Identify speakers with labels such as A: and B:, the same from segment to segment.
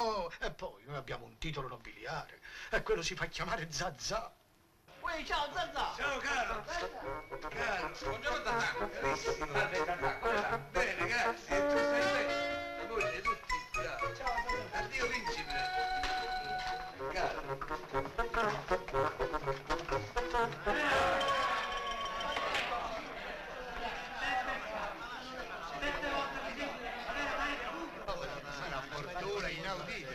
A: Oh, titolo nobiliare. E quello si fa chiamare Zazà.
B: Uè, ciao Zazà!
C: Ciao caro! Caro! Buongiorno Tatà! Carissimo! Vabbè Tatà, come va? Bene, grazie! Tu stai bene? La moglie, tutti! Ciao! Ciao Tatà! Addio principe! Caro! Una fortuna inaudita!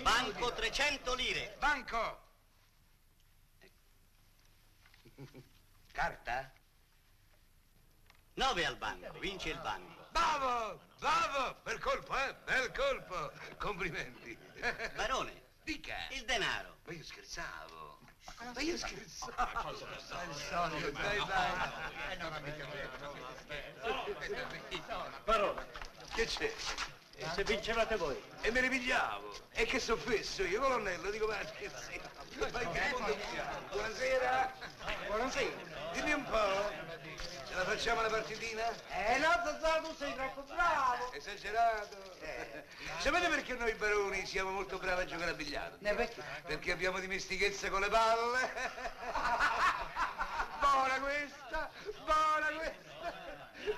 B: Banco 300 lire.
C: Banco!
B: Carta? 9 al banco, vince il banco.
C: Bravo! Bravo! Bel colpo, eh? Bel colpo! Complimenti!
B: Barone,
C: Dica!
B: il denaro.
C: Ma io scherzavo. Ma io scherzavo. Al solito, dai, Eh, dai.
D: Barone,
C: Eh, Che c'è?
D: e se vincevate voi?
C: E me ne pigliavo. E che soffesso io, colonnello, dico, ma scherzi. Ma in che mondo siamo? Buonasera.
E: Buonasera.
C: Dimmi un po'. Ce la facciamo la partitina?
E: Eh no, Zazà, tu sei troppo bravo. Eh.
C: Esagerato. Sapete perché noi baroni siamo molto bravi a giocare a bigliardo?
E: Ne perché?
C: Perché abbiamo dimestichezza con le palle. Buona questa, buona questa.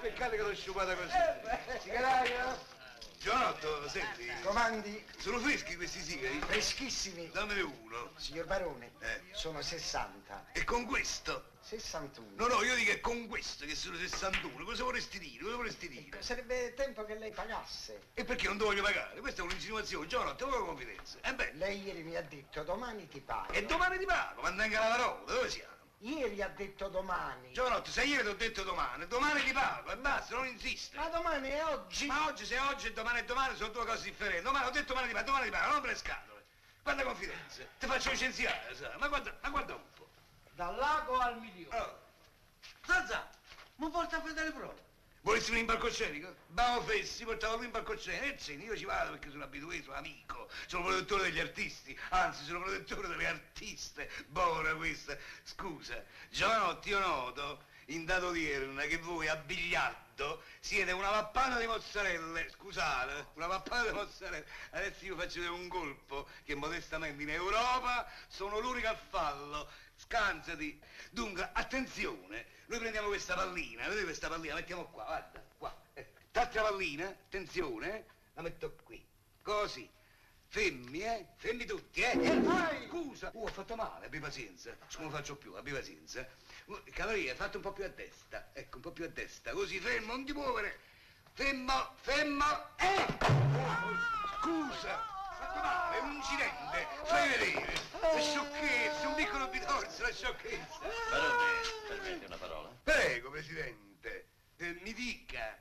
C: Peccato che l'ho sciupata così.
E: Eh, Sigarario?
C: Giovanotto, senti,
E: Comandi
C: sono freschi questi sigari?
E: freschissimi.
C: Dammene uno.
E: Signor Barone,
C: Eh.
E: sono 60.
C: E con questo?
E: 61.
C: No, no, io dico è con questo che sono 61. Cosa vorresti dire? Cosa vorresti dire?
E: Ecco, Sarebbe tempo che lei pagasse.
C: E perché non ti voglio pagare? Questa è un'insinuazione. Giovanotto, con confidenza. E beh,
E: Lei ieri mi ha detto domani ti pago.
C: e domani ti pago, quando anche la parola, dove siamo?
E: Ieri ha detto domani.
C: Giovanotto, se ieri ti ho detto domani, domani ti pago e basta, non insistere.
E: Ma domani è oggi.
C: Ma oggi se oggi e domani e domani sono due cose differenti. Domani ho detto domani di pago, domani di pago, non per le scatole. Guarda confidenza, ti faccio licenziare, sa. ma guarda, ma guarda un po'.
E: Dal lago al milione.
C: Oh,
E: Zazà, mi porta a vedere le prove.
C: volessi venire in palcoscenico? Bravo Fessi, portavo lui in palcoscenico. E sì, io ci vado perché sono abituato, sono amico, sono protettore degli artisti, anzi sono protettore delle artiste. Buona questa. Scusa, Giovanotti, io noto in data odierna che voi a biliardo siete una pappana di mozzarelle, scusate, una pappana di mozzarelle. Adesso io faccio vedere un colpo che modestamente in Europa sono l'unica a fallo. Scansati. Dunque, attenzione, noi prendiamo questa pallina, vedete questa pallina, la mettiamo qua, guarda, qua. eh. L'altra pallina, attenzione, eh, la metto qui, così. Femmi, eh? Femmi tutti, eh? Eh, vai! Scusa! Oh, ho fatto male, abbi pazienza. Scusa, non faccio più, abbi pazienza. Oh, Cavaliere, fate un po' più a destra. Ecco, un po' più a destra. Così, fermo, non ti muovere. Fermo, fermo, eh! Oh, scusa! ho Fatto male, un incidente. Fai vedere. La sciocchezza, un piccolo bitorzo, la sciocchezza.
D: Barone, permette Eh, una parola.
C: Prego, Presidente, eh, mi dica.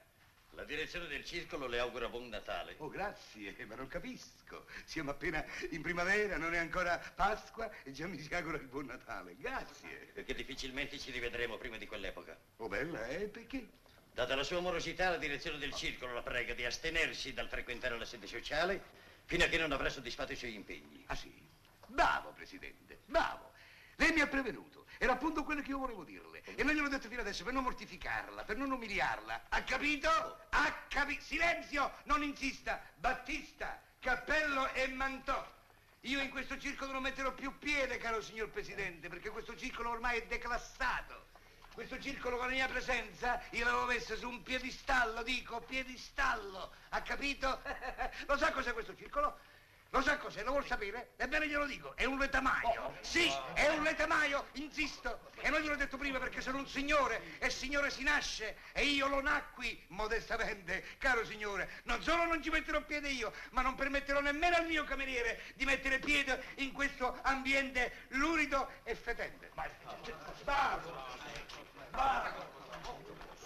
D: La direzione del circolo le augura buon Natale.
C: Oh, grazie, ma non capisco. Siamo appena in primavera, non è ancora Pasqua e già mi si augura il buon Natale. Grazie.
D: Perché difficilmente ci rivedremo prima di quell'epoca.
C: Oh, bella, eh? Perché?
D: Data la sua morosità, la direzione del circolo la prega di astenersi dal frequentare la sede sociale fino a che non avrà soddisfatto i suoi impegni.
C: Ah, sì? Bravo, Presidente, bravo. Lei mi ha prevenuto. Era appunto quello che io volevo dirle. E non gliel'ho detto fino adesso per non mortificarla, per non umiliarla. Ha capito? Ha capito. Silenzio! Non insista! Battista, cappello e mantò. Io in questo circolo non metterò più piede, caro signor Presidente, perché questo circolo ormai è declassato. Questo circolo con la mia presenza io l'avevo messo su un piedistallo, dico, piedistallo, ha capito? Lo sa cos'è questo circolo? Lo sa cos'è, lo vuol sapere? Ebbene glielo dico, è un letamaio. Sì, è un letamaio, insisto. E non gliel'ho detto prima perché sono un signore e signore si nasce e io lo nacqui modestamente, caro signore. Non solo non ci metterò piede io, ma non permetterò nemmeno al mio cameriere di mettere piede in questo ambiente lurido e fetente. Ma Bravo! Bravo!